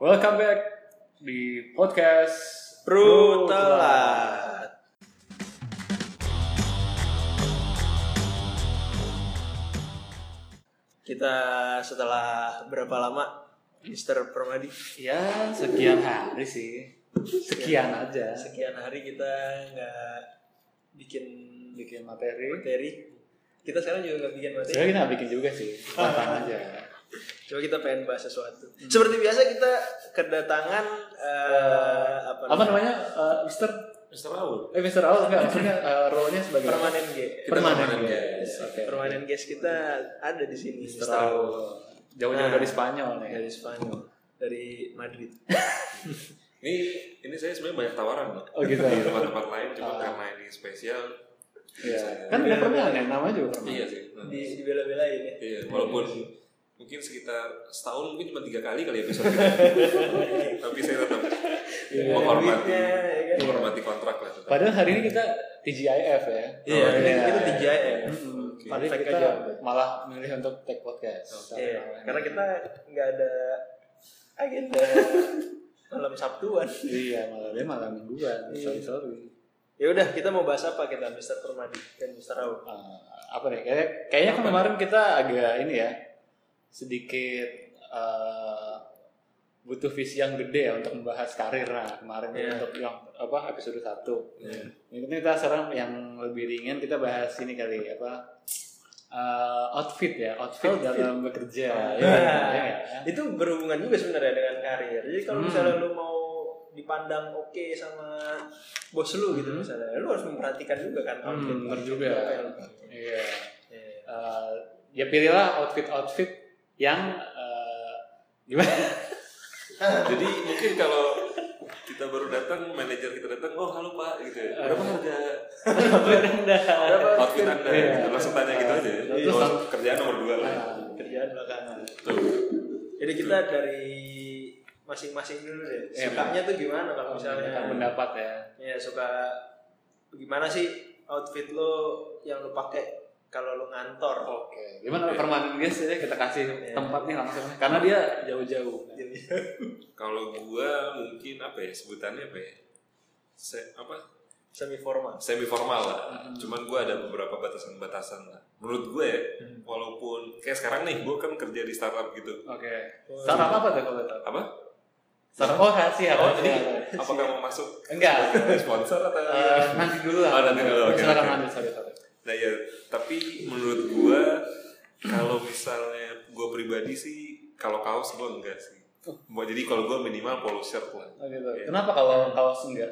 Welcome back di podcast Bro Brutelan. telat. Kita setelah berapa lama Mister Permadi? Ya sekian hari sih, sekian aja. Sekian hari kita nggak bikin Bikin materi. materi. Kita sekarang juga nggak bikin materi. Sebenarnya kita nggak bikin juga sih, spontan aja. Coba kita pengen bahas sesuatu. Seperti biasa kita kedatangan eh, apa, Apa namanya? namanya, eh, Mister? Mister Raul. Eh Mister Awal nggak maksudnya eh, role-nya sebagai Permanen guest. Permanen, permanen guys. guys. Oke. Permanen guest kita ada di sini. Mister Awal. Jauh-jauh Nah. dari Spanyol nih. dari Spanyol dari Madrid Ini ini saya sebenarnya banyak tawaran Pak. Oh gitu. di tempat-tempat lain, cuma Ah. karena ini spesial. Iya. Kan udah permanen, namanya juga Iya permanen. sih. Nah, di dibela-belain ya Iya, walaupun mungkin sekitar setahun mungkin cuma tiga kali kali episode kita. Tapi saya tetap Iya. Oh, menghormati duitnya, ya kan? menghormati kontrak lah tetap. Padahal hari ini kita TGIF ya. Iya, Oh, kita- kita TGIF. Mm-mm. Iya. Oke. Tapi Fake kita aja. malah milih untuk take podcast. Iya, karena kita nggak ada agenda malam Sabtuan iya malah dia malah mingguan. Iya. Sorry sorry. ya udah kita mau bahas apa kita Mr. Permadi dan Mr. Raul Eh, apa nih? Kayaknya, kayaknya kan kemarin kita agak ini ya sedikit eh, butuh visi yang gede ya untuk membahas karir lah kemarin Iya. untuk yang apa episode 1 Ini kan kita sekarang yang lebih ringan kita bahas ini kali apa eh, outfit ya outfit, Outfit. dalam bekerja. ya, Nah. ya, ya. itu berhubungan juga sebenarnya dengan karir jadi kalau Hmm. misalnya lu mau dipandang oke sama bos lu gitu Hmm. misalnya lu harus memperhatikan juga kan Hmm, outfit. bener juga. Apa yang lu pakai. Iya. Iya. Eh, ya pilihlah outfit outfit yang eh, gimana? Jadi mungkin kalau kita baru datang, manajer kita datang, oh halo pak, gitu. ya. Berapa harga Berapa outfit anda? Ah. Iya. Gitu. Langsung tanya gitu aja. Iya. Oh, kerjaan nomor dua lah. Ah, kerjaan belakangan Tuh. Jadi kita dari masing-masing dulu deh. Iya, Sukanya tuh gimana kalau Menyampaikan misalnya? pendapat ya. Ya suka gimana sih outfit lo yang lo pakai kalau lo ngantor? Oke. Gimana permanen guys ya kita kasih Iya. tempat nih langsung karena dia jauh-jauh. Jadi Kalau gua mungkin apa ya sebutannya apa ya? Se- apa semi formal. semi formal lah. Mhm. Cuman gua ada beberapa batasan-batasan lah. Menurut gue ya, Mm-hmm. Mhm. walaupun kayak sekarang nih gua kan kerja di startup gitu. Oke. Saran apa tuh kalau itu? Apa? Saran oh rahasia. Oh, rahasia. jadi apakah mau masuk Enggak. sebagai sponsor atau Eh, nanti dulu lah. Oh, nanti dulu, oke, Silakan oke. lanjut, sorry, sorry. Nah ya, tapi menurut gua kalau misalnya gua pribadi sih kalau kaos gua enggak sih. Mau jadi kalau gua minimal polo shirt lah. Oh, gitu. Iya. Kenapa kalau kaos enggak?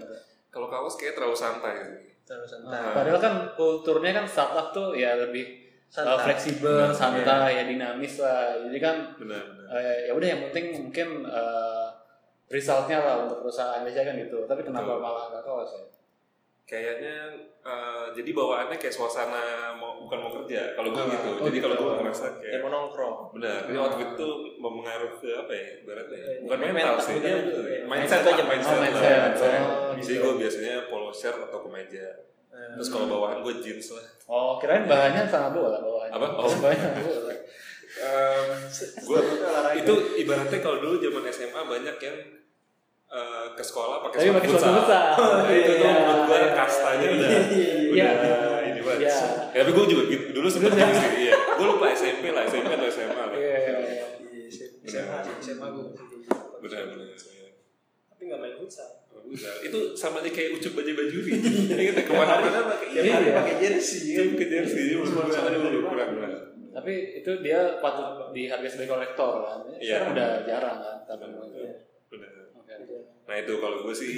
Kalau kaos kayak terlalu santai sih. Terus santai. Ah. Padahal kan kulturnya kan startup tuh ya lebih Santai. uh, fleksibel, santai, ya dinamis lah. Jadi kan Benar-benar. eh, ya udah yang penting mungkin eh, resultnya lah untuk perusahaan aja kan gitu. Tapi kenapa Betul. malah nggak kaos ya? kayaknya eh, jadi bawaannya kayak suasana mau bukan mau kerja kalau gue Ah, gitu oh, jadi kalau gitu. gue ngerasa Ya kayak mau nongkrong. benar Oh. ini outfit tuh mempengaruhi ke apa ya ibaratnya Iya, ya? Eh, bukan mental, mental sih bukan dia itu, ya. mindset Mindset aja oh, aja, mindset, lah, mindset. mindset. Oh, jadi gitu. Hmm. gue biasanya polo shirt atau kemeja terus kalau bawahan gue jeans lah Oh kirain bahannya sama bola bawaannya. Apa? Oh. bahannya sama bola. gue Nah, itu ibaratnya kalau dulu zaman SMA banyak yang eh, ke sekolah pakai Tapi pakai sepatu futsal. Nah, itu tuh Iya. menurut gue kastanya udah Iya. udah ini banget. Iya. Ya, tapi gue juga gitu dulu sempet gitu sih. Iya. Gue lupa SMP lah, SMP atau SMA lah. Iya. iya, iya. Iya, se- SMA, Benar. SMA gue. Benar-benar. Tapi nggak main futsal. Itu sama aja kayak ucup baju bajuri. Ini kita ya, kemana-mana pakai Tiap Iya. hari pakai jersey. Ucup ke jersey. Jadi menurut gue dulu kurang kurang. Tapi itu dia patut dihargai sebagai kolektor kan. Iya. Sekarang udah jarang kan. Tapi Benar. Oke. Nah itu kalau gue sih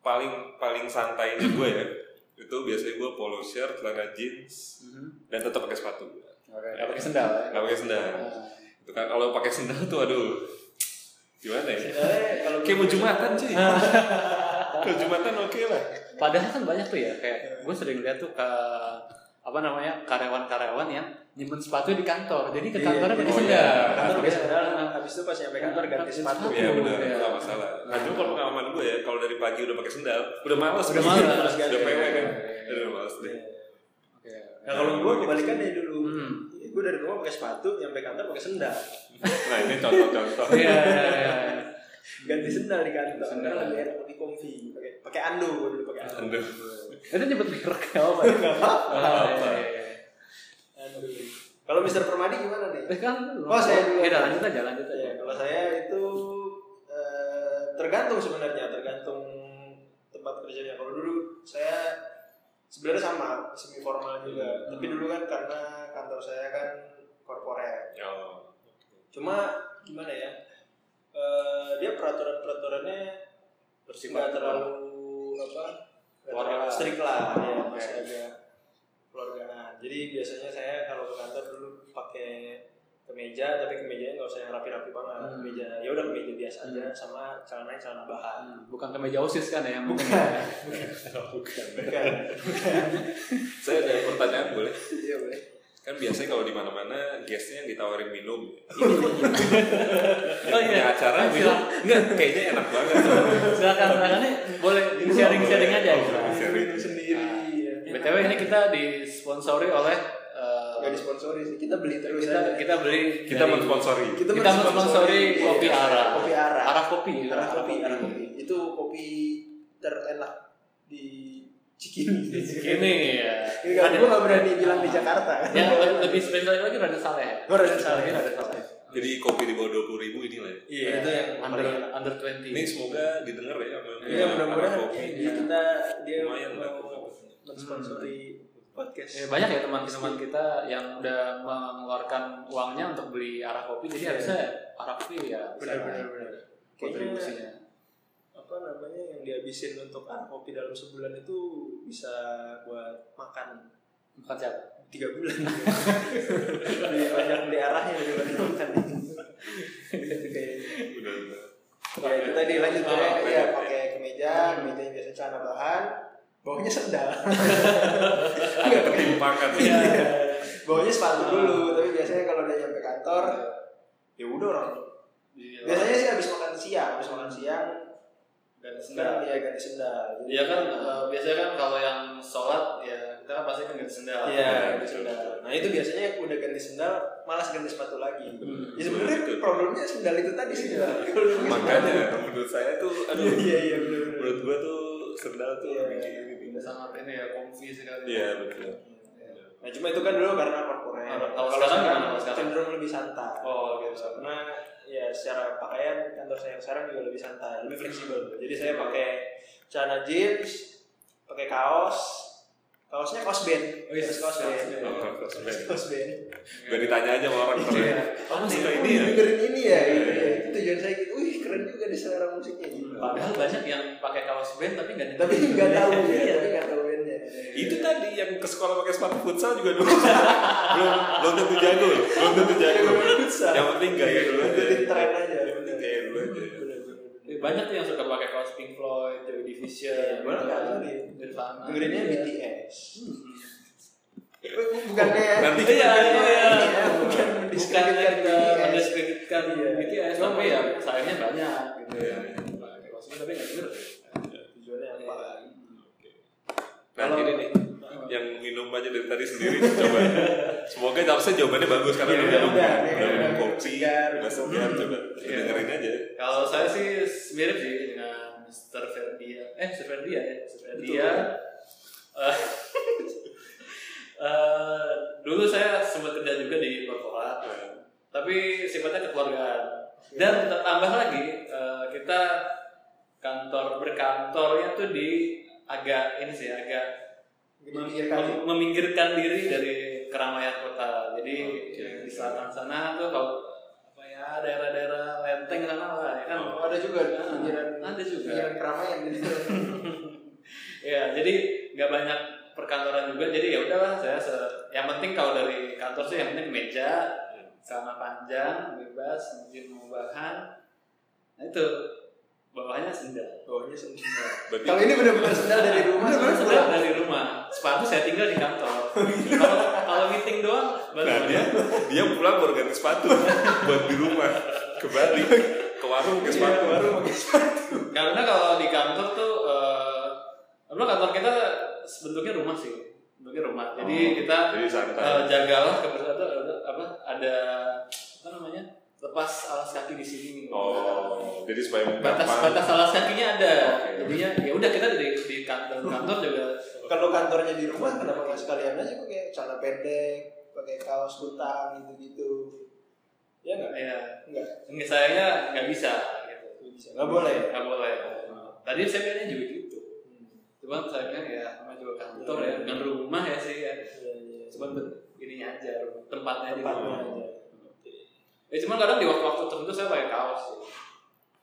paling paling santainya gue ya itu biasanya gue polo shirt, celana jeans, Mhm. dan tetap pakai sepatu. Oke. Nggak pakai sendal. ya? Gak pakai sendal. Itu kan kalau pakai sendal tuh aduh gimana ya? Sebenarnya kalau Kayak mau jumatan sih. Kalau jumatan oke lah. Padahal kan banyak tuh ya kayak gue sering lihat tuh ke apa namanya karyawan-karyawan yang nyimpen sepatu di kantor. Jadi ke Iya, kantornya iya. pakai Oh, sendal. kan? iya. kantor Kantor biasa padahal habis itu pas nyampe kantor ganti Ganti sepatu. ya. sepatu. Iya benar, Iya. nggak masalah. Nah, cuma kalau pengalaman gue ya, kalau dari pagi udah pakai sendal, udah malas, Udah gitu. malas. udah pewe kan, Iya. udah malas deh. Oke. Nah kalau gue kebalikan dari dulu. Hmm. Gue dari rumah pakai sepatu, nyampe kantor pakai sendal. Nah ini contoh-contoh. Iya. iya, iya. ganti sendal di kantor Sendal. sendal Anu. lebih enak lebih comfy pakai pakai ando gua dulu pakai ando Aduh. Itu nyebut merek ya iya, Nggak apa-apa. apa? iya. Ando. kalau Mister Permadi gimana nih Eh kan lu. Oh, saya dulu. Ya udah lanjut aja, lanjut aja. Ya, kalau saya itu eh, tergantung sebenarnya, tergantung tempat kerjanya. Kalau dulu saya sebenarnya sama semi formal juga, tapi Hmm. dulu kan karena kantor saya kan korporat. Ya. Cuma gimana ya? eh, dia peraturan peraturannya nggak terlalu apa? nggak Keluarga. terlalu strict lah, ya, Oke. masih ada keluargaan. Jadi biasanya saya kalau ke kantor dulu pakai kemeja, tapi kemejanya nggak usah yang rapi-rapi banget. Hmm. Kemeja, ya udah kemeja biasa aja, Hmm. sama celana celana bahan. Hmm, Bukan ke meja osis kan ya? yang- Iya, Bukan. Saya ada pertanyaan boleh? Iya boleh. Kan biasanya kalau di mana-mana guestnya ditawarin minum. Iya, Oh Punya iya. acara Silakan. minum. gitu. Enggak, kayaknya enak banget. Silakan silakan nih boleh sharing-sharing aja. Oh, gitu. sharing. sendiri. ya. BTW ini kita disponsori oleh eh, nggak disponsori sih, kita beli terus kita aja. kita beli Kita dari- mensponsori. kita mensponsori iya. kopi Ara. Kopi Ara. Arah kopi, gitu. Arah kopi, arah kopi. Itu kopi terenak di Cikini. Ini ya. Ini kan gue gak berani bilang di Jakarta. Ya, lebih spesial lagi Raden Saleh. Oh, Raden Saleh. Raden Saleh. Jadi kopi di bawah 20 ribu ini lah ya. Iya, itu yang under paling enak. under Ini 20. semoga didengar ya sama Iya, yang punya mudah-mudahan anak kopi. ya, kita dia Lumayan lah. mau mensponsori podcast. Ya, banyak ya teman-teman kita yang udah mengeluarkan uangnya untuk beli arah kopi. Jadi Iya. harusnya arah kopi ya. bisa Benar-benar benar. Kayaknya Kontribusinya. apa namanya yang dihabisin untuk arah kopi dalam sebulan itu bisa buat makan Bukan siapa? tiga bulan. Lebih Iya, banyak di arahnya daripada makan. Gitu kayaknya. Udah, udah. Ya itu tadi lanjut Oh, ya, beda, ya beda. pakai kemeja, kemeja yang biasa celana bahan, bawahnya sendal. Ada ketimpangan Iya. ya. bawahnya sepatu dulu, tapi biasanya kalau udah nyampe kantor, ya udah orang. Iya. Biasanya sih habis makan siang, habis makan siang Ganti sendal ya ganti sendal. Iya kan eh, biasanya kan kalau yang sholat ya kita kan pasti kan ganti sendal. Iya, ganti sendal. Nah, itu biasanya udah ganti sendal, malas ganti sepatu lagi. Hmm. Ya sebenarnya problemnya sendal itu tadi sih. Kalau lu pakai Makanya sendal. menurut saya tuh Iya, aduh iya, iya, bener, bener. menurut gua tuh sendal tuh Iya. bikin ini. Udah sangat ini ya comfy sekali. Iya, betul. Nah cuma itu kan dulu karena korporat. Kalau sekarang gimana kalau sekarang? cenderung lebih santai. Oh, gitu. Karena ya secara pakaian kantor saya yang sekarang juga lebih santai, lebih fleksibel. Jadi saya pakai celana jeans, pakai kaos, kaosnya kaos band, Oh, iya, kaos band, kaos band. Oh, kaos band. kaos band. Gak ditanya aja sama orang kalau Iya. Kamu suka suka Oh, ini ya? dengerin ini ya, Iya, gitu iya. ya. Itu tujuan saya gitu. Wih keren juga di selera musiknya. Gitu. Padahal banyak yang pakai kaos band tapi nggak Tapi nggak Iya, tahu ya, tapi nggak tahu bandnya. itu tadi yang ke sekolah pakai sepatu futsal juga dulu belum belum tentu jago loh belum tentu jago Iya. Futsal. yang penting gaya dulu aja Ikutin tren aja. yang penting gaya dulu aja Eh, banyak tuh yang suka pakai kaos Pink Floyd, Joy Division, gitu. Iya, bener nggak tahu nih. Nirvana. Dengerinnya Iya. BTS. Bukannya nanti Iya, iya. Iya, Bukan bukan eh, mendiskreditkan kita BTS. mendiskreditkan Iya. BTS, tapi ya sayangnya banyak gitu. Iya, iya. Pakai kaos band tapi nggak denger. Tujuannya apa? nah Kalau- ini nih Ya, yang minum aja dari tadi sendiri coba semoga harusnya jawabannya bagus karena Iya, udah minum udah, udah iya, minum udah kopi segar, udah udah segar coba Iya. dengerin aja Kalau saya sih mirip sih dengan Mr. Ferdia. Eh, Mr. Ferdia ya, Mr. Ferdia. Eh, eh, dulu saya sempat kerja juga di korporat, tapi sifatnya kekeluargaan. Iya. Dan tambah lagi eh, kita kantor berkantornya tuh di agak ini sih agak memikirkan mem- meminggirkan diri dari keramaian kota. Jadi Oke. di selatan sana tuh kalau apa ya daerah-daerah lenteng sana lah ya kan. Oh, ada juga pikiran Ada juga. pikiran keramaian gitu. Ya, jadi nggak banyak perkantoran juga. Jadi ya udahlah saya se- yang penting kalau dari kantor sih yang penting meja, celana panjang, bebas, mungkin mau bahan. Nah itu bawahnya sendal. Bawahnya sendal. berarti Kalau ini benar-benar sendal dari rumah Bener-bener sampai sendal pulang. dari rumah. Sepatu saya tinggal di kantor. Kalau kalau meeting doang baru nah dia dia pulang baru ganti sepatu buat di rumah ke Bali ke warung ke sepatu Iya, baru pakai Karena kalau di kantor tuh, eh apa, kantor kita bentuknya rumah sih, bentuknya rumah. Jadi Oh, kita jadi santai eh, jagalah eh, kebersatu apa ada apa namanya lepas alas kaki di sini. Oh, oke. Jadi supaya batas gampang. batas alas kakinya ada Oke. jadinya ya udah kita dari di kantor kantor juga Kalau kantornya di rumah kenapa nggak sekalian aja pakai celana pendek, pakai kaos kutang gitu-gitu. Ya nggak? ya Nggak. nggak sayangnya nggak bisa gitu Nggak bisa. Nggak boleh. nggak boleh tadi saya pengennya juga gitu cuman saya bilang ya sama juga kantor ya bukan rumah ya sih ya Iya, iya. cuman ben- ininya aja rumah- tempatnya aja Tempatnya dulu. aja. ya cuman kadang di waktu-waktu tertentu saya pakai kaos sih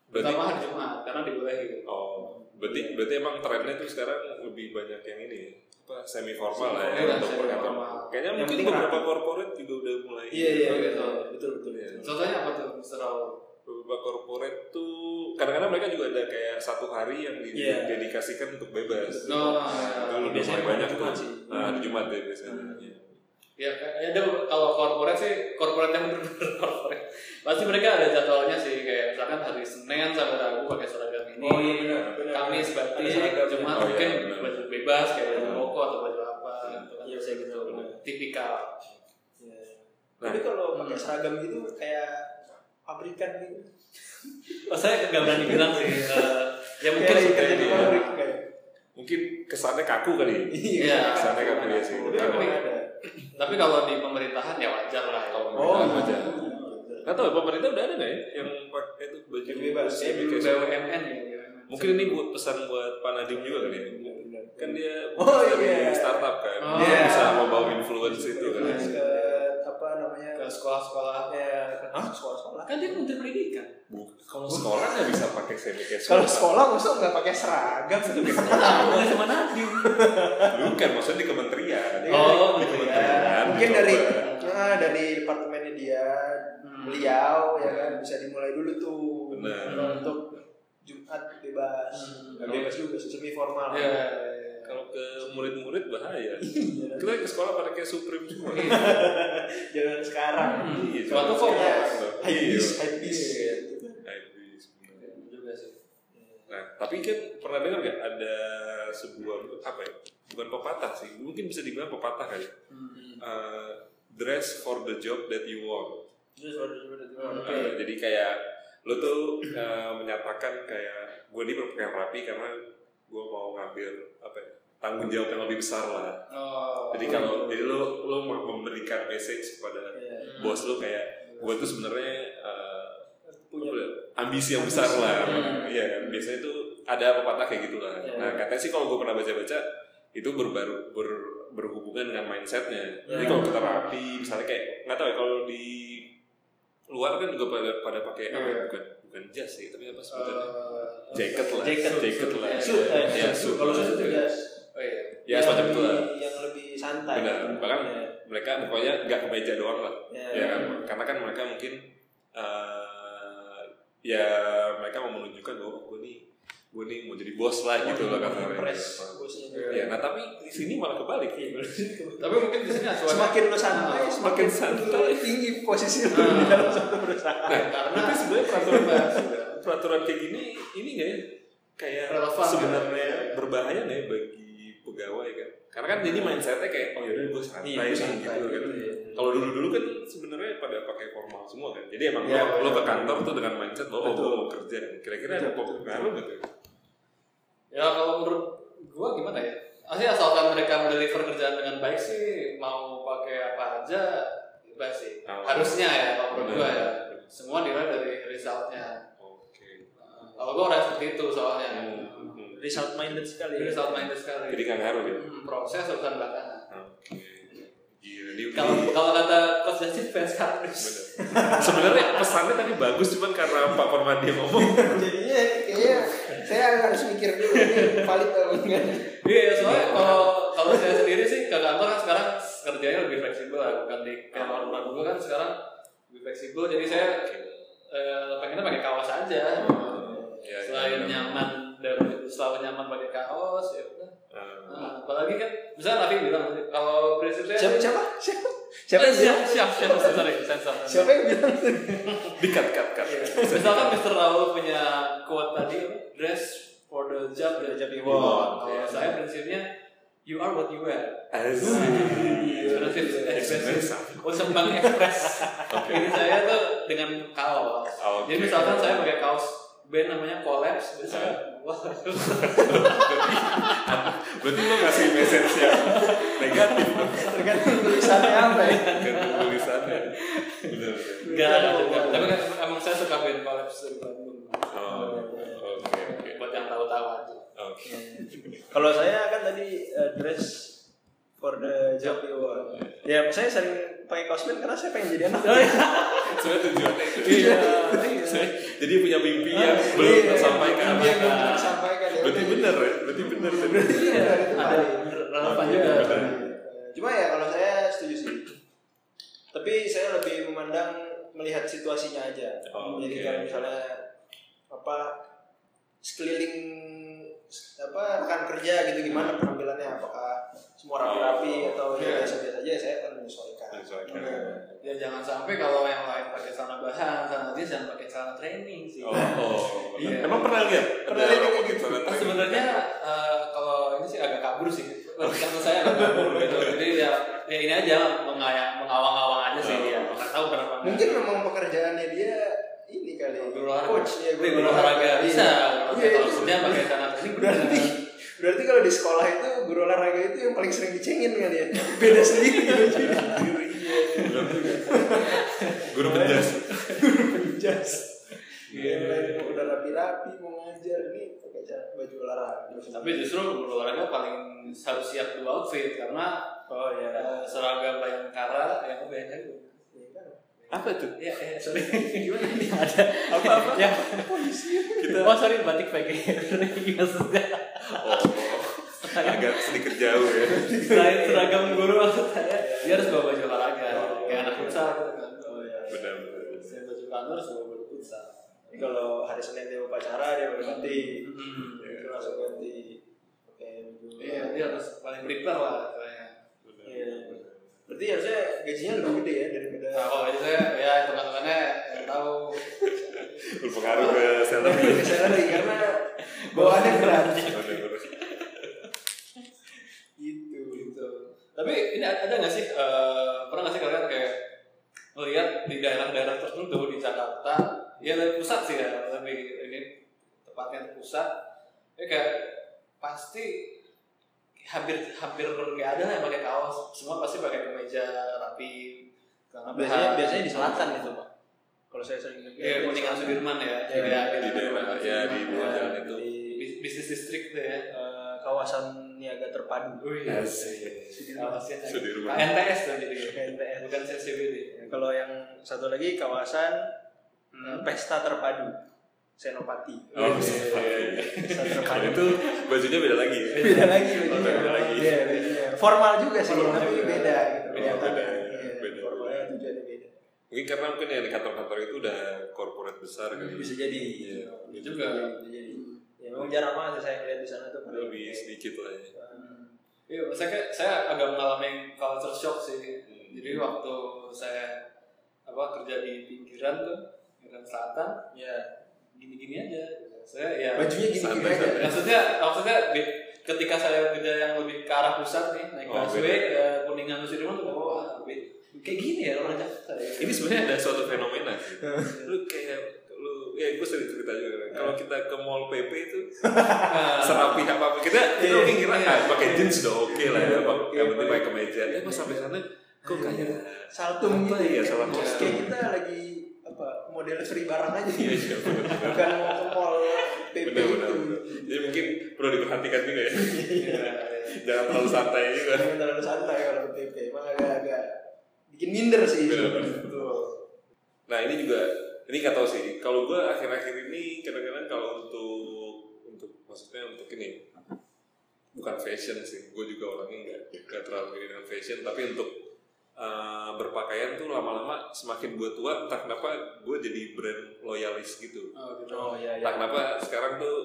Berarti- terutama hari Jumat karena dibolehin Oh, berarti berarti emang trennya tuh sekarang lebih banyak yang ini ya? apa semi formal lah Semi-formal, ya untuk semi-formal. perkantoran. Kayaknya Yang mungkin penting beberapa rapi. korporat juga udah mulai. Iya Betul, iya iya. betul. betul betul. Iya. betul. contohnya apa tuh Mr. Raul Beberapa korporat tuh kadang-kadang mereka juga ada kayak satu hari yang di- Iya. Oh. didedikasikan untuk bebas. no Itu ya. lebih Biasanya banyak nah, Jumat tuh. sih. Nah, hari Jumat ya biasanya. Hmm. Iya. ya kayaknya ada kalau korporat sih korporat yang benar-benar korporat pasti mereka ada jadwalnya sih kayak misalkan hari Senin sampai Rabu pakai seragam ini Oh iya benar. benar. Kamis Ada batik seragam, cuma Oh, iya, mungkin benar. baju bebas kayak baju Iya. koko atau baju apa gitu kan Iya, biasanya benar, gitu benar. tipikal Iya. Nah. Tapi kalau pakai Hmm. seragam gitu kayak pabrikan gitu. oh saya nggak berani bilang sih eh, ya mungkin Kayak suka kerja di ini iya. ya. pabrik kayak. Mungkin kesannya kaku kali. Iya. Kesannya kaku ya sih. Tapi Tapi- emang ada. tapi kalau di pemerintahan ya wajar lah kalau Oh, Apa aja? iya. Nggak tahu ya, pemerintah udah ada nggak ya yang pakai itu baju Yang bebas, semi kayak dulu casual? BUMN ya Mungkin ini buat pesan buat Pak Nadiem juga kali ya. kan dia Oh, bekas iya. dari startup kan Oh. dia Iya. bisa membawa influence itu kan Terus ke apa namanya? ke sekolah-sekolah Ya, ke- Hah? sekolah-sekolah. kan dia menteri pendidikan Bu- kalau sekolah nggak bisa pakai semi casual Kalau sekolah masa nggak pakai seragam gitu Tahu nggak sama Nadiem bukan kan, maksudnya di kementerian Oh, di iya. kementerian Mungkin dicoba. dari ah, dari departemennya dia, Hmm. beliau ya kan bisa dimulai dulu tuh Hmm. Benar. Kalau untuk Jumat bebas, Hmm. nggak bebas juga sih, semi formal. Iya. kalau ke murid-murid bahaya Iya. kita ke sekolah pakai supreme semua Iya, Jangan sekarang. Iya, Suatu jangan formal. sekarang. High Iya. bis, high bis. Iya. High bis, benar. juga sih Nah, tapi kan pernah dengar nggak ada sebuah apa ya? Bukan pepatah sih, mungkin bisa dibilang pepatah kali. ya, Eh, dress for the job that you want. Oke. Uh, jadi kayak lo tuh uh, menyatakan kayak gue ini berpakaian rapi karena gue mau ngambil apa ya, tanggung jawab yang lebih besar lah. oh Jadi kalau jadi lo lo mau memberikan message kepada Iya. Hmm. bos lo kayak gue tuh sebenarnya uh, Punya apa ya, ambisi yang besar lah. Hmm. Iya kan biasanya tuh ada pepatah kayak gitu lah. Iya. Nah katanya sih kalau gue pernah baca-baca itu berbaru ber- berhubungan dengan mindsetnya. Jadi Iya. kalau kita rapi, misalnya kayak nggak tahu ya kalau di luar kan juga pada pada pakai apa ya, Iya. bukan bukan jas sih, tapi apa sebutannya? Eh, jacket lah, jacket, jacket suit, lah. ya. Suit, eh, ya, suit. suit. Kalau suit itu jas. oh iya Ya Yang semacam itu lah. lebih- Yang lebih santai. Benar, bahkan- Iya. Mereka pokoknya nggak kemeja doang lah. Iya. ya kan? karena kan mereka mungkin eh, ya mereka mau menunjukkan bahwa gue nih gue nih mau jadi bos lah gitu loh kasarnya Press bosnya juga. ya nah tapi di sini malah kebalik Iya, tapi mungkin di sini acuannya- Semakin lu santai, Ah, semakin semakin santai. tinggi posisi lu Ah. di dalam satu perusahaan. Nah, karena tapi sebenarnya peraturan Bebas. peraturan kayak gini ini nggak ya kayak Relevan, sebenarnya ya? berbahaya nggak ya bagi pegawai kan karena kan jadi mindsetnya kayak oh yaudah gue santai Iya, gua nih," santai. gitu kan Iya. kalau dulu dulu kan sebenarnya pada pakai formal semua kan jadi emang Iya, lo, lo iya. ke kantor tuh dengan mindset bahwa oh gue Betul. Iya, mau kerja kira-kira ada Betul, betul. pengaruh nggak tuh ya kalau menurut gua gimana ya Asli asalkan mereka mendeliver kerjaan dengan baik sih mau pakai apa aja bebas sih Nah, harusnya ya kalau menurut gua ya benar. semua dilihat dari resultnya Oke. Eh, kalau gua orang seperti itu soalnya Hmm. Result minded sekali. Jadi result minded sekali Iya. Jadi nggak ngaruh ya. Hmm, proses urusan belakangan Oke. Gila ini. kalau ini- kalau kata coach Justin fans kan. kardus bener. Sebenarnya pesannya tadi bagus cuman karena Pak Permadi yang ngomong. Jadinya kayaknya saya harus mikir dulu ini valid atau enggak. Iya, soalnya kalau kalau saya sendiri sih ke kantor kan sekarang kerjanya lebih fleksibel lah, bukan Ah. di kantor rumah dulu kan sekarang lebih fleksibel. Jadi saya eh, pengennya pakai kaos aja. Ya, Selain ya. nyaman dan selalu nyaman pakai kaos ya udah. Ah. Nah, apalagi kan misalnya Raffi bilang kalau prinsip saya Siapa Iya, siapa? Siapa? Siapa Eh, yang bilang? siap siap siap sensor ya, sensor. Siapa yang bilang? Di cut cut cut. Iya. Misalkan Mr. Raul punya quote tadi dress for the job that Job you you want. want. Kalau Iya. saya prinsipnya you are what you wear. Asik. Sebenarnya Ekspresif. sama. Oh, sembang ekspres. Oke. Jadi saya tuh dengan kaos. Oke. Ah, Jadi misalkan saya pakai kaos band namanya Collapse jadi saya Berarti lo ngasih message yang negatif dong, tergantung tulisannya apa ya kan tulisannya. Bener. nggak ada juga tapi kan emang saya suka band Collapse dari Bandung Oh, oke oke buat yang tahu-tahu aja oke. Kalau saya kan tadi eh, dress for the job you want. Ya, saya sering pakai cosplay karena saya pengen jadi anak. Sebenarnya tujuannya itu. iya Sebenarnya Jadi punya mimpi yang belum Iya, tersampaikan. Iya, belum tersampaikan. ya. Berarti bener ya? Berarti bener. tadi. Iya, itu ada paling. relevan Iya. juga benar. Eh, Cuma ya kalau saya setuju sih. Tapi saya lebih memandang melihat situasinya aja. Oh, Jadi oke. kalau misalnya apa sekeliling apa rekan kerja gitu gimana penampilannya apakah semua rapi-rapi Oh, atau iya. ya biasa-biasa aja saya akan menyesuaikan. Iya. Menyesuaikan. ya jangan sampai kalau yang lain pakai celana bahan celana jeans jangan pakai celana training sih Oh, oh. Iya. Emang pernah lihat? Pernah Ada lihat kayak orang pakai gitu. celana Nah, tangan? sebenarnya eh, kalau ini sih agak kabur sih. Karena saya agak kabur gitu. Jadi ya, ya ini aja mengaya- mengawang-awang aja sih dia. Enggak tahu kenapa. Mungkin memang pekerjaannya dia ini kali. Guru olahraga. Coach ya, Tapi guru Iya, olahraga bisa. Iya, Kalau itu. kerja pakai celana training Berarti berarti kalau di sekolah itu guru olahraga itu yang paling sering dicengin kali ya. Beda sendiri gitu. Bener juga. Guru penjas. Iya. Jas. Iya, mau udah rapi-rapi mau ngajar nih pakai jas- baju olahraga. Tapi justru guru olahraga paling harus siap dua outfit karena oh ya. eh, seragam bayangkara yang oh, bayangkara itu. iya kan? Apa tuh? Iya, iya, sorry. Gimana nih? ada apa apa ya oh sorry batik pakai maksudnya Oh, agak sedikit jauh ya. Selain seragam guru maksud Iya. saya, dia harus bawa baju olahraga. Kayak anak futsal gitu kan. Oh ya. Benar, benar. Oh, Saya baju kantor harus bawa baju futsal. Jadi kalau hari Senin dia upacara dia baru ganti. Hmm. Dia langsung ganti. Oke, baju Iya, dia harus paling prepare lah katanya. Iya. Berarti harusnya gajinya lebih gede ya daripada Nah, kalau itu saya ya teman-temannya yang tahu. Berpengaruh ke Iya. salary. salary karena bawaannya berat. Bener-bener. Gitu. Gitu. Tapi ini ada nggak sih eh, pernah nggak sih kalian kayak melihat di daerah-daerah tertentu di Jakarta, ya lebih pusat sih ya, lebih ini tepatnya pusat. Ya kayak pasti hampir hampir nggak ada lah yang pakai kaos, semua pasti pakai kemeja rapi. Karena Biasanya biasanya di selatan gitu. itu, Pak. Iya, Kalau saya sering dengar. ya kuningan Sudirman ya, Iya, Di daerah, ya di dua Sudirman. jalan itu. di Bis- bisnis distrik tuh ya. eh, kawasan niaga terpadu. Wih, iya, Asik. Kawasan Sudirman. Iya. NTS tuh jadi KNTS. Ya, Iya. bukan CCBD. Kalau yang satu lagi kawasan eh, Hmm. pesta terpadu. Senopati. Iya, Oh, iya, iya. Pesta Kalau terpadu. itu bajunya beda lagi. Iya. beda lagi Oh, bajunya. beda lagi. Oh, Iya, bajunya. Formal juga sih, Formal tapi juga. beda gitu. Beda, beda. Iya, Beda. Formalnya tujuannya beda. Mungkin karena mungkin yang di kantor-kantor itu udah korporat besar kan. Bisa jadi. Iya. Bisa juga. Bisa jadi. hmm. Ya, memang jarang banget sih saya ngeliat di sana tuh. Lebih sedikit lah ya. Iya, saya kayak- saya agak mengalami culture shock sih. Jadi waktu saya apa kerja di pinggiran tuh, pinggiran selatan, Ya. gini-gini aja. Saya ya. Bajunya gini-gini Santai, aja. santai. Maksudnya, maksudnya di- ketika saya kerja yang lebih ke arah pusat nih, naik Oh, busway beda. ke Kuningan Sudirman tuh, oh, kayak gini ya orang Jakarta. ya. Ini sebenarnya ada suatu fenomena. sih. lu kayak lu ya gue sering cerita juga kan. Kalau kita ke mall PP itu Nah, serapi apa kita kita Iya. mungkin kira ah, pakai jeans udah oke lah ya. Iya, Pak. oke, Yang penting baik. pakai kemeja. Ya pas sampai sana kok kayak Iya. saltum Apa gitu ya, ya, salah kayak kostum. kayak kita lagi apa model free barang aja iya gitu iya benar. bukan mau ke mall PP Benar benar. itu benar. Jadi mungkin perlu diperhatikan juga ya. iya. Jangan terlalu santai juga. jangan terlalu santai kalau ke PP emang agak-agak bikin minder sih Benar, benar. Betul. Nah ini juga ini nggak tahu sih. Kalau gue akhir-akhir ini kadang-kadang kalau untuk untuk maksudnya untuk ini bukan fashion sih. Gue juga orangnya nggak nggak terlalu ini dengan fashion. Tapi untuk eh, berpakaian tuh lama-lama semakin gue tua entah kenapa gue jadi brand loyalis gitu. Oh, gitu. oh iya iya Entah kenapa sekarang tuh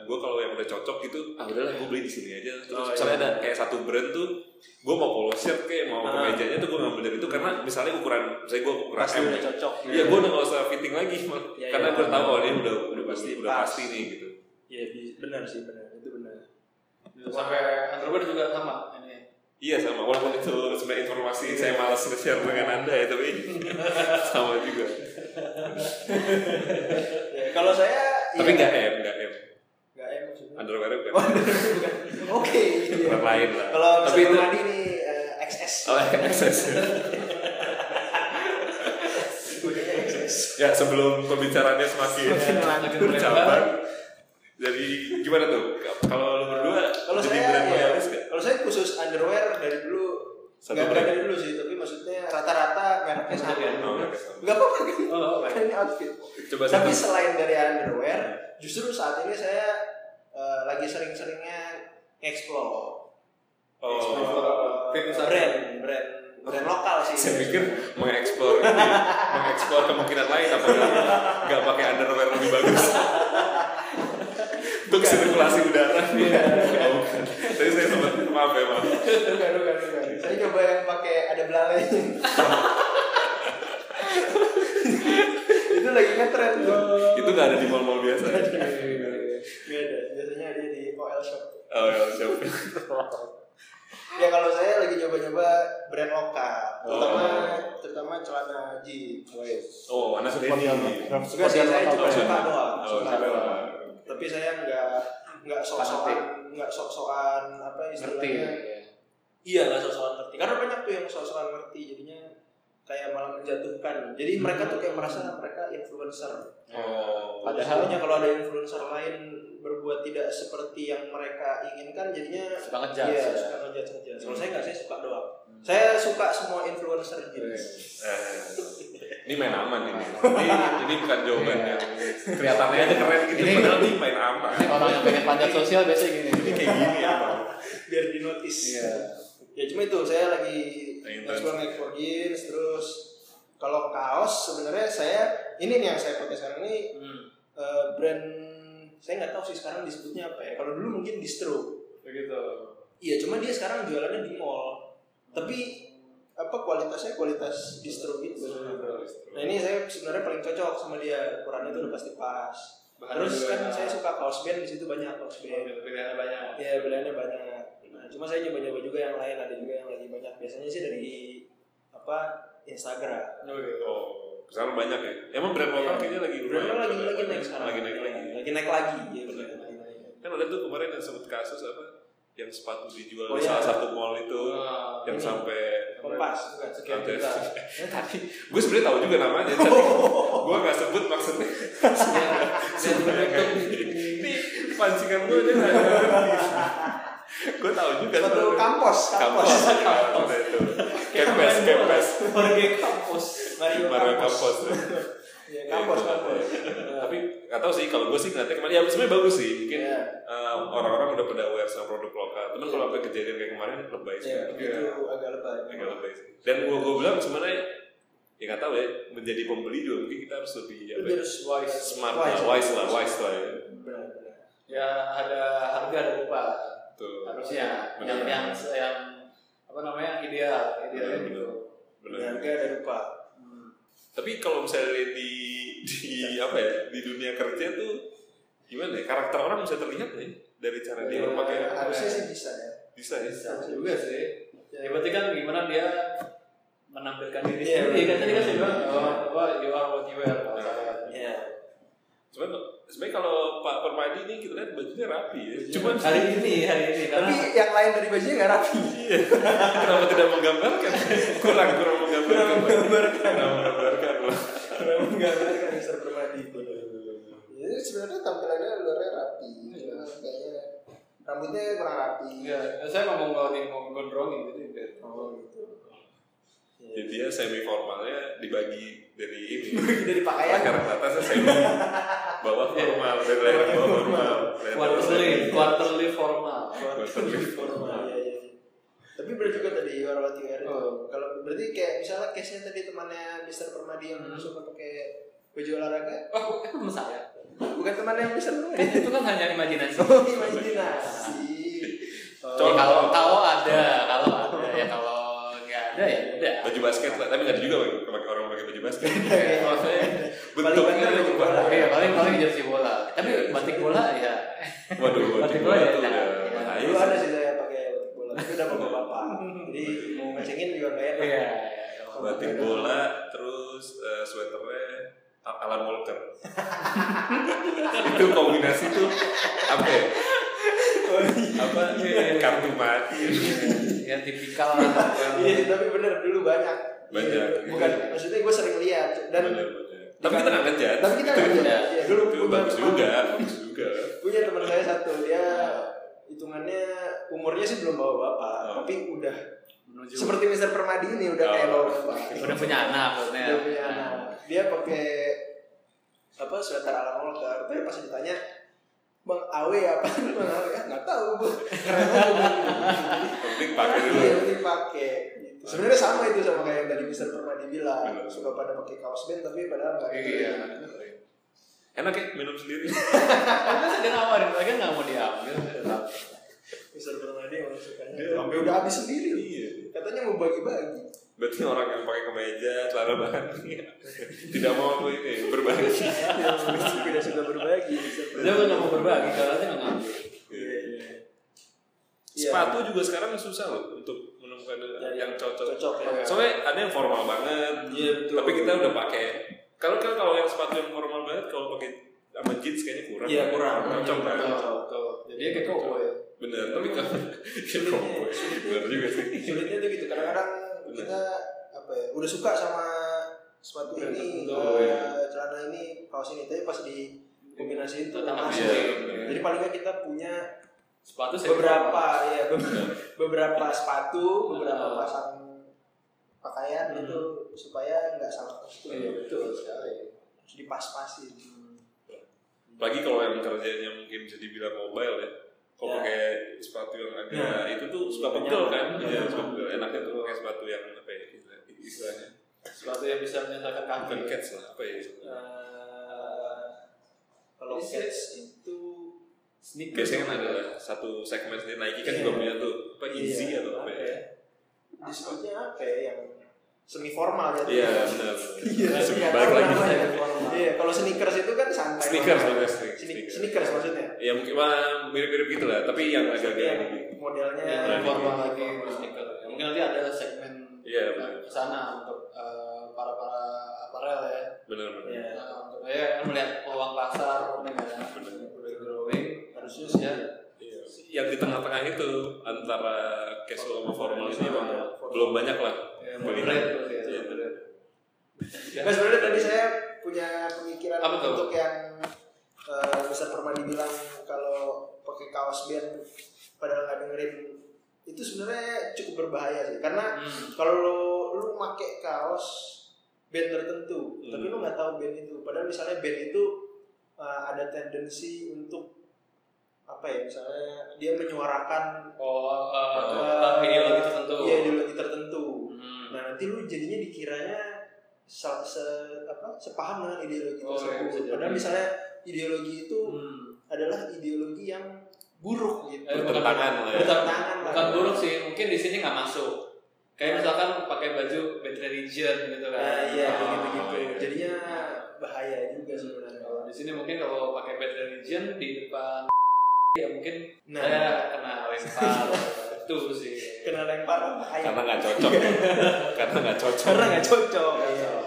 gue kalau yang udah cocok gitu, ah udahlah gue beli di sini aja. Terus Oh, iya. misalnya ada kayak satu brand tuh, gue mau polo shirt kayak mau Ah. kemejanya tuh gue ngambil dari itu karena misalnya ukuran, misalnya gue ukuran pasti M udah cocok gitu. Iya, gue udah gak usah fitting lagi, Mak. Iya, karena iya. gue tahu oh ini udah udah Udah pasti pasti udah pas. pasti nih gitu. iya bi- benar sih benar itu benar Sampai underwear juga sama ini. Iya sama, walaupun itu sebenarnya informasi saya malas nge-share dengan anda ya, Iya. tapi sama juga. Ya, kalau saya Tapi nggak M, nggak M. Enggak M maksudnya. Underwear bukan. Oh, bukan. Oke. iya. Underwear lain lah. Kalau Tapi Tapi itu Mandi nih eh, XS. oh, excess. Gurunya XS. Ya sebelum pembicaraannya semakin Lanjut. bercabang. Jadi gimana tuh? Kalau lu berdua Kalau jadi saya brand ya, loyalis nggak? kalau saya khusus underwear dari dulu Satu Nggak brand. brand dari dulu sih, tapi maksudnya rata-rata mereknya Maksudnya sama. ya? Oh, nggak sama. Enggak apa-apa kan? Oh, baik. Kan ini outfit. Coba Tapi satu. selain dari underwear, justru saat ini saya eh, lagi sering-seringnya explore. eh, Oh, Fitness brand, brand, brand lokal sih. saya pikir mengeksplor ini, mengeksplor kemungkinan lain apa nggak nggak pakai underwear lebih bagus untuk sirkulasi udara. Iya, Oh, bukan. Tadi saya sempat maaf ya maaf. bukan, bukan, bukan. Saya coba yang pakai ada belalainya. itu lagi ngetren tuh. Itu nggak ada di mall-mall biasa. ya? Nggak ada, biasanya ada di OL shop. Oh, ya, siapa? Ya kalau saya lagi coba-coba brand lokal, terutama terutama celana jeans. Oh, Anas sudah ini. Yang Juga sih saya lokal cuma brand. suka doang, Oh, suka suka. doang. Tapi saya nggak nggak sok-sokan, nggak sok-sokan apa ngerti. istilahnya? Iya nggak sok-sokan ngerti. Karena banyak tuh yang sok-sokan ngerti, jadinya kayak malah menjatuhkan. Jadi mereka tuh kayak merasa mereka influencer. Oh, Padahal- Sebenarnya kalau ada influencer lain berbuat tidak seperti yang mereka inginkan, jadinya Suka ngejar. Iya, suka ngejudge ngejudge. Kalau saya nggak, saya suka doang. Saya suka semua influencer jeans. eh, ini main aman ini. Ini, ini bukan jawaban yang kelihatannya aja keren gitu, Ini- padahal ini main aman. Ini orang yang pengen panjat sosial biasanya gini. Ini kayak gini ya, Bang. Biar di notice. Ya cuma itu saya lagi explore explore jeans terus kalau kaos sebenarnya saya ini nih yang saya pakai sekarang ini Hmm. eh, brand saya nggak tahu sih sekarang disebutnya apa ya. Kalau dulu mungkin distro. Begitu. Iya, cuma dia sekarang jualannya di mall. Tapi apa kualitasnya kualitas distro gitu. Nah ini saya sebenarnya paling cocok sama dia ukurannya itu udah pasti pas. Bahan Terus juga. kan saya suka kaos band di situ banyak kaos band. Pilihannya banyak. Iya beliannya banyak. Nah, cuma saya nyoba-nyoba juga yang lain ada juga yang lagi banyak. Biasanya sih dari apa Instagram. Oh, sekarang banyak ya. Emang brand lokal Iya. kayaknya lagi Brandnya lumayan. lagi lagi naik sekarang. Lagi naik lagi. Iya, Lagi naik lagi. Iya Benar. benar. lagi naik. Kan ada tuh kemarin yang sempat kasus apa? Yang sepatu dijual Oh, di iya. Oh, salah satu mall itu Wah. yang Ini. sampai Kompas bukan sekian Ada. juta. tadi gue sebenarnya tahu juga namanya tapi gue nggak sebut maksudnya Iya, sebenarnya nggak ini pancingan gue aja nggak ngerti gue tahu juga Suatu sebenarnya. kampus, kampus. Kan kampus kampus itu kempes kempes Warga kampus. Mario Mario kampus Iya, kampus, Nah, kampus. tapi nggak tahu sih kalau gue sih ngeliatnya kemarin ya sebenarnya bagus sih mungkin Iya. eh, orang-orang udah pada aware sama produk lokal cuman kalau sampai kejadian kayak kemarin lebay sih ya, Iya, itu agak lebay. agak lebay sih dan gue gue bilang sebenarnya ya nggak tahu ya menjadi pembeli juga mungkin kita harus lebih apa Lebih ya, harus wise. smart lah, wise lah, wise lah ya. Benar-benar. Ya ada harga ada upah Tuh, Iya, harusnya Benar. yang yang yang apa namanya ideal idealnya Benar, gitu. benar. Harga dan rupa. Hmm. Tapi kalau misalnya lihat di di apa ya di dunia kerja tuh gimana ya karakter orang bisa terlihat nih dari cara Ya, dia berpakaian harusnya sih bisa ya. bisa ya. Bisa juga sih. Ya, berarti kan gimana dia menampilkan diri Iya, sendiri kan tadi kan benar. saya bilang oh, oh, you are what you wear kalau Nah. saya. Iya. Cuman sebenarnya kalau Pak Permadi ini kita lihat bajunya rapi ya. Cuman hari ini hari ini karena Tapi yang lain dari bajunya nggak rapi. iya. kenapa tidak menggambarkan? Kurang kurang menggambarkan. Kurang menggambarkan. Kurang menggambarkan lah. Kurang menggambarkan Mister Permadi. Jadi Iya, sebenarnya tampilannya luarnya rapi, Iya. cuma kayaknya rambutnya kurang rapi. Enggak, saya ngomong kalau dia ngomong gondrongin jadi biar Oh gitu. Iya. Jadi dia semi formalnya dibagi dari ini. Dari pakaian. Akar ke atasnya semi bawah formal dari leher ke bawah formal. Leher ke bawah quarterly semi. quarterly formal. Quarterly. Formal. Iya, iya. Tapi benar juga tadi you are what you wear. Oh. Kalau berarti kayak misalnya case-nya tadi temannya Mister Permadi yang Hmm. suka pakai baju olahraga, Oh, itu teman saya. bukan temannya yang Mister Kan Permadi. itu kan hanya imajinasi. Oh, imajinasi. Ya, kalau Iya. kalau ada, kalau ada ya kalau nggak ada ya udah. Baju basket lah, tapi nggak ada juga pakai orang pakai baju basket. Ya, maksudnya Bentuknya bener baju bola. berubah. Iya, paling paling jersey bola. Tapi batik bola ya. Waduh, baju Batik bola bola ya, tuh udah jangan. bahaya Dulu ada sih. sih saya pakai batik bola, tapi udah bapak bapak. Jadi mau Iya. ngecengin juga nggak enak. Iya. Batik bola, terus eh, sweaternya A- Alan Walker itu kombinasi tuh apa ya? Oh, iya. apa eh, kartu mati ya tipikal lah Iya, tapi bener dulu banyak. Iya, Banyak. Iya. Bukan, maksudnya gue sering lihat dan Bener-bener. tapi kita nggak ngejat tapi kita nggak ya, dulu itu punya bagus teman- juga bagus juga punya teman saya satu dia hitungannya umurnya sih belum bawa bapak Oh. tapi udah menuju seperti Mister Permadi ini udah Oh. kayak bawa bapak udah punya anak maksudnya dia punya anak dia pakai apa sweater ala Molkar tapi pas ditanya Bang Awe apa Bang Awe ah nggak tahu bu keren aja penting pakai Bu." dulu Iya, ini pakai gitu. sebenarnya sama itu sama kayak yang tadi Mister Permadi bilang Bener. suka pada pakai kaos band tapi padahal nggak iya enak ya minum sendiri Kan Karena dia nawarin lagi nggak mau diambil udah tahu. Mister Permadi emang sukanya Iya. sampai udah habis sendiri loh. iya katanya mau bagi-bagi berarti orang yang pakai kemeja celana bahannya tidak mau ini berbagi yang tidak suka berbagi Iya, dia kan nggak mau berbagi kalau dia nggak ngambil Iya. Iya. sepatu juga sekarang susah loh untuk menemukan yang cocok Iya. cocok ya soalnya ada yang formal banget Iya, betul. tapi kita udah pakai kalau kalau kalau yang sepatu yang formal banget kalau pakai sama jeans kayaknya kurang Iya, kurang. cocok kan jadi kayak kok gue bener tapi kalau Ya, bener juga sih Iya. sulitnya tuh gitu kadang-kadang kita apa ya udah suka sama sepatu Iya, ini betul, eh, iya. celana ini kaos ini tapi pas di kombinasi itu Tetap masuk iya, ya. bener. jadi paling nggak kita punya sepatu saya beberapa ya be- beberapa sepatu beberapa pasang pakaian Hmm. itu supaya nggak salah kostum Iya, betul sekali. Terus dipas-pasin lagi kalau yang kerjanya mungkin bisa dibilang mobile ya kalau Ya. pakai sepatu yang agak Nah. itu tuh suka pegel kan Nyaman. iya Nyaman. suka pegel enaknya tuh pakai sepatu yang apa ya istilah- istilahnya Iya. sepatu yang bisa menyatakan bukan kaki cats lah apa ya istilahnya. Eh, kalau Ini sih- cats itu sneakers biasanya kan ada satu segmen sendiri Nike kan Iya. juga punya tuh apa easy Iya, atau apa ya disebutnya apa ya yang semi formal ya iya benar Iya, nggak balik tahu lagi namanya. Formal. Iya, kalau sneakers itu kan santai. sneakers banget. maksudnya Sne- sneakers Sneakers maksudnya. ya mungkin mah mirip-mirip gitu lah tapi yang agak-agak Yang modelnya Ya, Iya, formal lagi sneaker. Ya, Mungkin nanti ada segmen Iya, ke sana untuk para para aparel ya. benar-benar Iya. Nah, untuk ya kan melihat peluang pasar nih kan. Udah growing Harusnya harusnya sih. ya. Iya. yang di tengah-tengah itu antara casual sama formal ini Iya, emang formal. belum banyak lah ya, Beli. moderate berarti ya, Iya. moderate. Nah, sebenarnya tadi saya punya pemikiran Apa tuh? untuk yang eh bisa permadi bilang kalau pakai kaos band padahal nggak dengerin itu sebenarnya cukup berbahaya sih karena Hmm. kalau lu lu make kaos band tertentu Hmm. tapi lu nggak tahu band itu padahal misalnya band itu uh, ada tendensi untuk apa ya misalnya dia menyuarakan Oh, uh, eh, ideologi tertentu. iya ideologi tertentu Hmm. nah nanti lu jadinya dikiranya se, se- apa sepaham dengan ideologi Oh, iya, bisa tersebut jadi. padahal misalnya ideologi itu Hmm. adalah ideologi yang buruk gitu Eh, bukan- bertentangan lah ya bertentangan lah. Bukan buruk sih, mungkin di sini nggak masuk. Kayak misalkan pakai baju bad religion gitu kan. nah, iya Oh, begitu gitu iya. jadinya bahaya juga sebenarnya Kalau di sini mungkin kalau pakai bad religion di depan ya mungkin Nah. saya kena lempar itu sih. kena lempar bahaya karena nggak cocok karena nggak cocok karena nggak cocok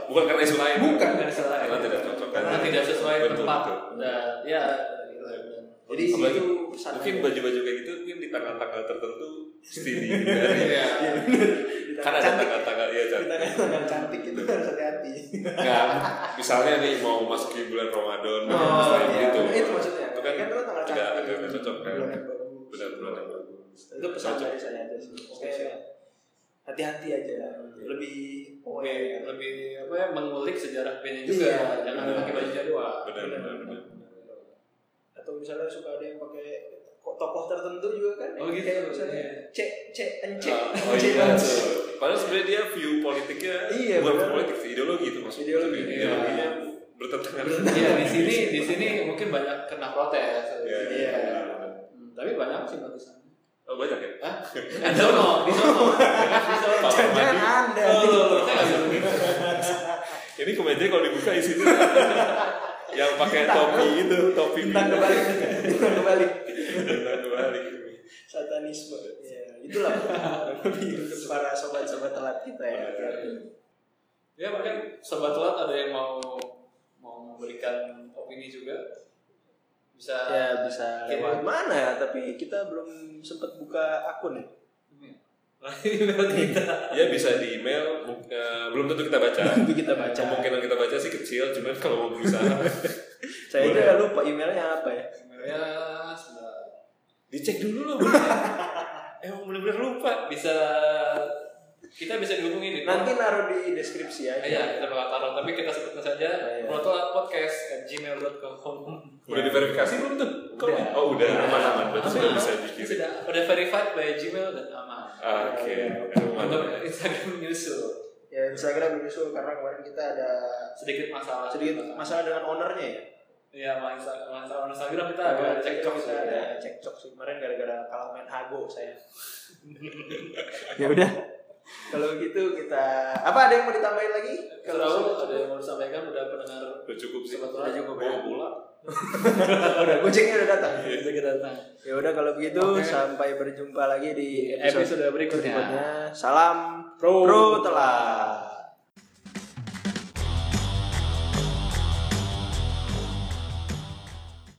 bukan karena isu lain bukan Nah, Karena salah. karena tidak cocok Karena Iya. tidak sesuai Betul, tempat. betul. Dan ya gitu. jadi Apalagi, itu mungkin baju-baju kayak gitu mungkin di tanggal-tanggal tertentu mesti dihindari Iya. kan ada tanggal-tanggal iya Jan. kita yang cantik itu harus hati-hati Nggak, misalnya nih mau masuk ke bulan Ramadan misalnya gitu Oh, iya. itu maksudnya itu kan lu tanggal tidak cantik. tidak cocok kan Bulan yang bagus. benar bulan yang bagus itu pesan Cocok. dari saya aja sih Oke. Maksudnya, hati-hati aja Iya. lebih Lebih, aware. lebih apa ya mengulik sejarah bandnya juga. Iya. Jangan pakai baju Oh, gitu. jadwal. benar benar benar atau misalnya suka ada yang pakai tokoh tertentu juga kan Oh, gitu. kayak misalnya Iya. cek cek encek oh Encek iya banget. tuh. padahal sebenarnya dia view politiknya Iya, bukan benar. politik sih, ideologi itu maksudnya Ideologi, Maksudnya iya. ideologinya bertentangan Iya di sini di sini mungkin banyak kena protes. Iya, Iya. Hmm, tapi banyak sih batasan. oh banyak ya Di sono, di sono, di sono. jangan anda Oh, loh, loh, saya nggak bilang gitu. ini kemeja kalau dibuka isinya yang pakai Bintang. topi itu topi bintang kebalik bintang kebalik bintang kebalik satanisme ya itulah untuk para Iya, sobat-sobat telat kita ya Iya, Ya mungkin sobat telat ada yang mau mau memberikan opini juga Iya, bisa ya bisa Kirim. lewat mana ya tapi kita belum sempat buka akun ya email kita Ya bisa di email, bu- eh, belum tentu kita baca. itu kita baca Kemungkinan kita baca sih kecil, cuman kalau mau berusaha saya Boleh. juga lupa emailnya apa ya emailnya sudah dicek dulu loh. bener. Emang bener-bener lupa. bisa kita bisa dihubungi di nanti naruh di deskripsi aja Iya, kita bakal taruh, tapi kita sebutkan saja Iya. protopodcast@gmail.com. Udah diverifikasi belum tuh? Kamu- Udah. Oh Ya. udah, aman-aman. Berarti Aman, sudah aman. bisa dikirim. Sudah, udah verified by Gmail dan aman. Oke, Untuk aman. Instagram menyusul ya Instagram menyusul karena kemarin kita ada sedikit masalah. sedikit masalah dengan ownernya ya Iya, masalah masalah Instagram Iya, kita agak cekcok Kita sih. ada cekcok sih kemarin gara-gara kalah main hago saya ya udah kalau gitu kita apa ada yang mau ditambahin lagi Kalau ada yang mau disampaikan udah pendengar Udah cukup sih. Sudah cukup, Bawa ya. bola. Oh, udah gojeknya udah datang kita datang. ya udah kalau begitu Oke. sampai berjumpa lagi di Iya, episode Episode berikutnya. berikutnya salam Iya. Pro. pro telah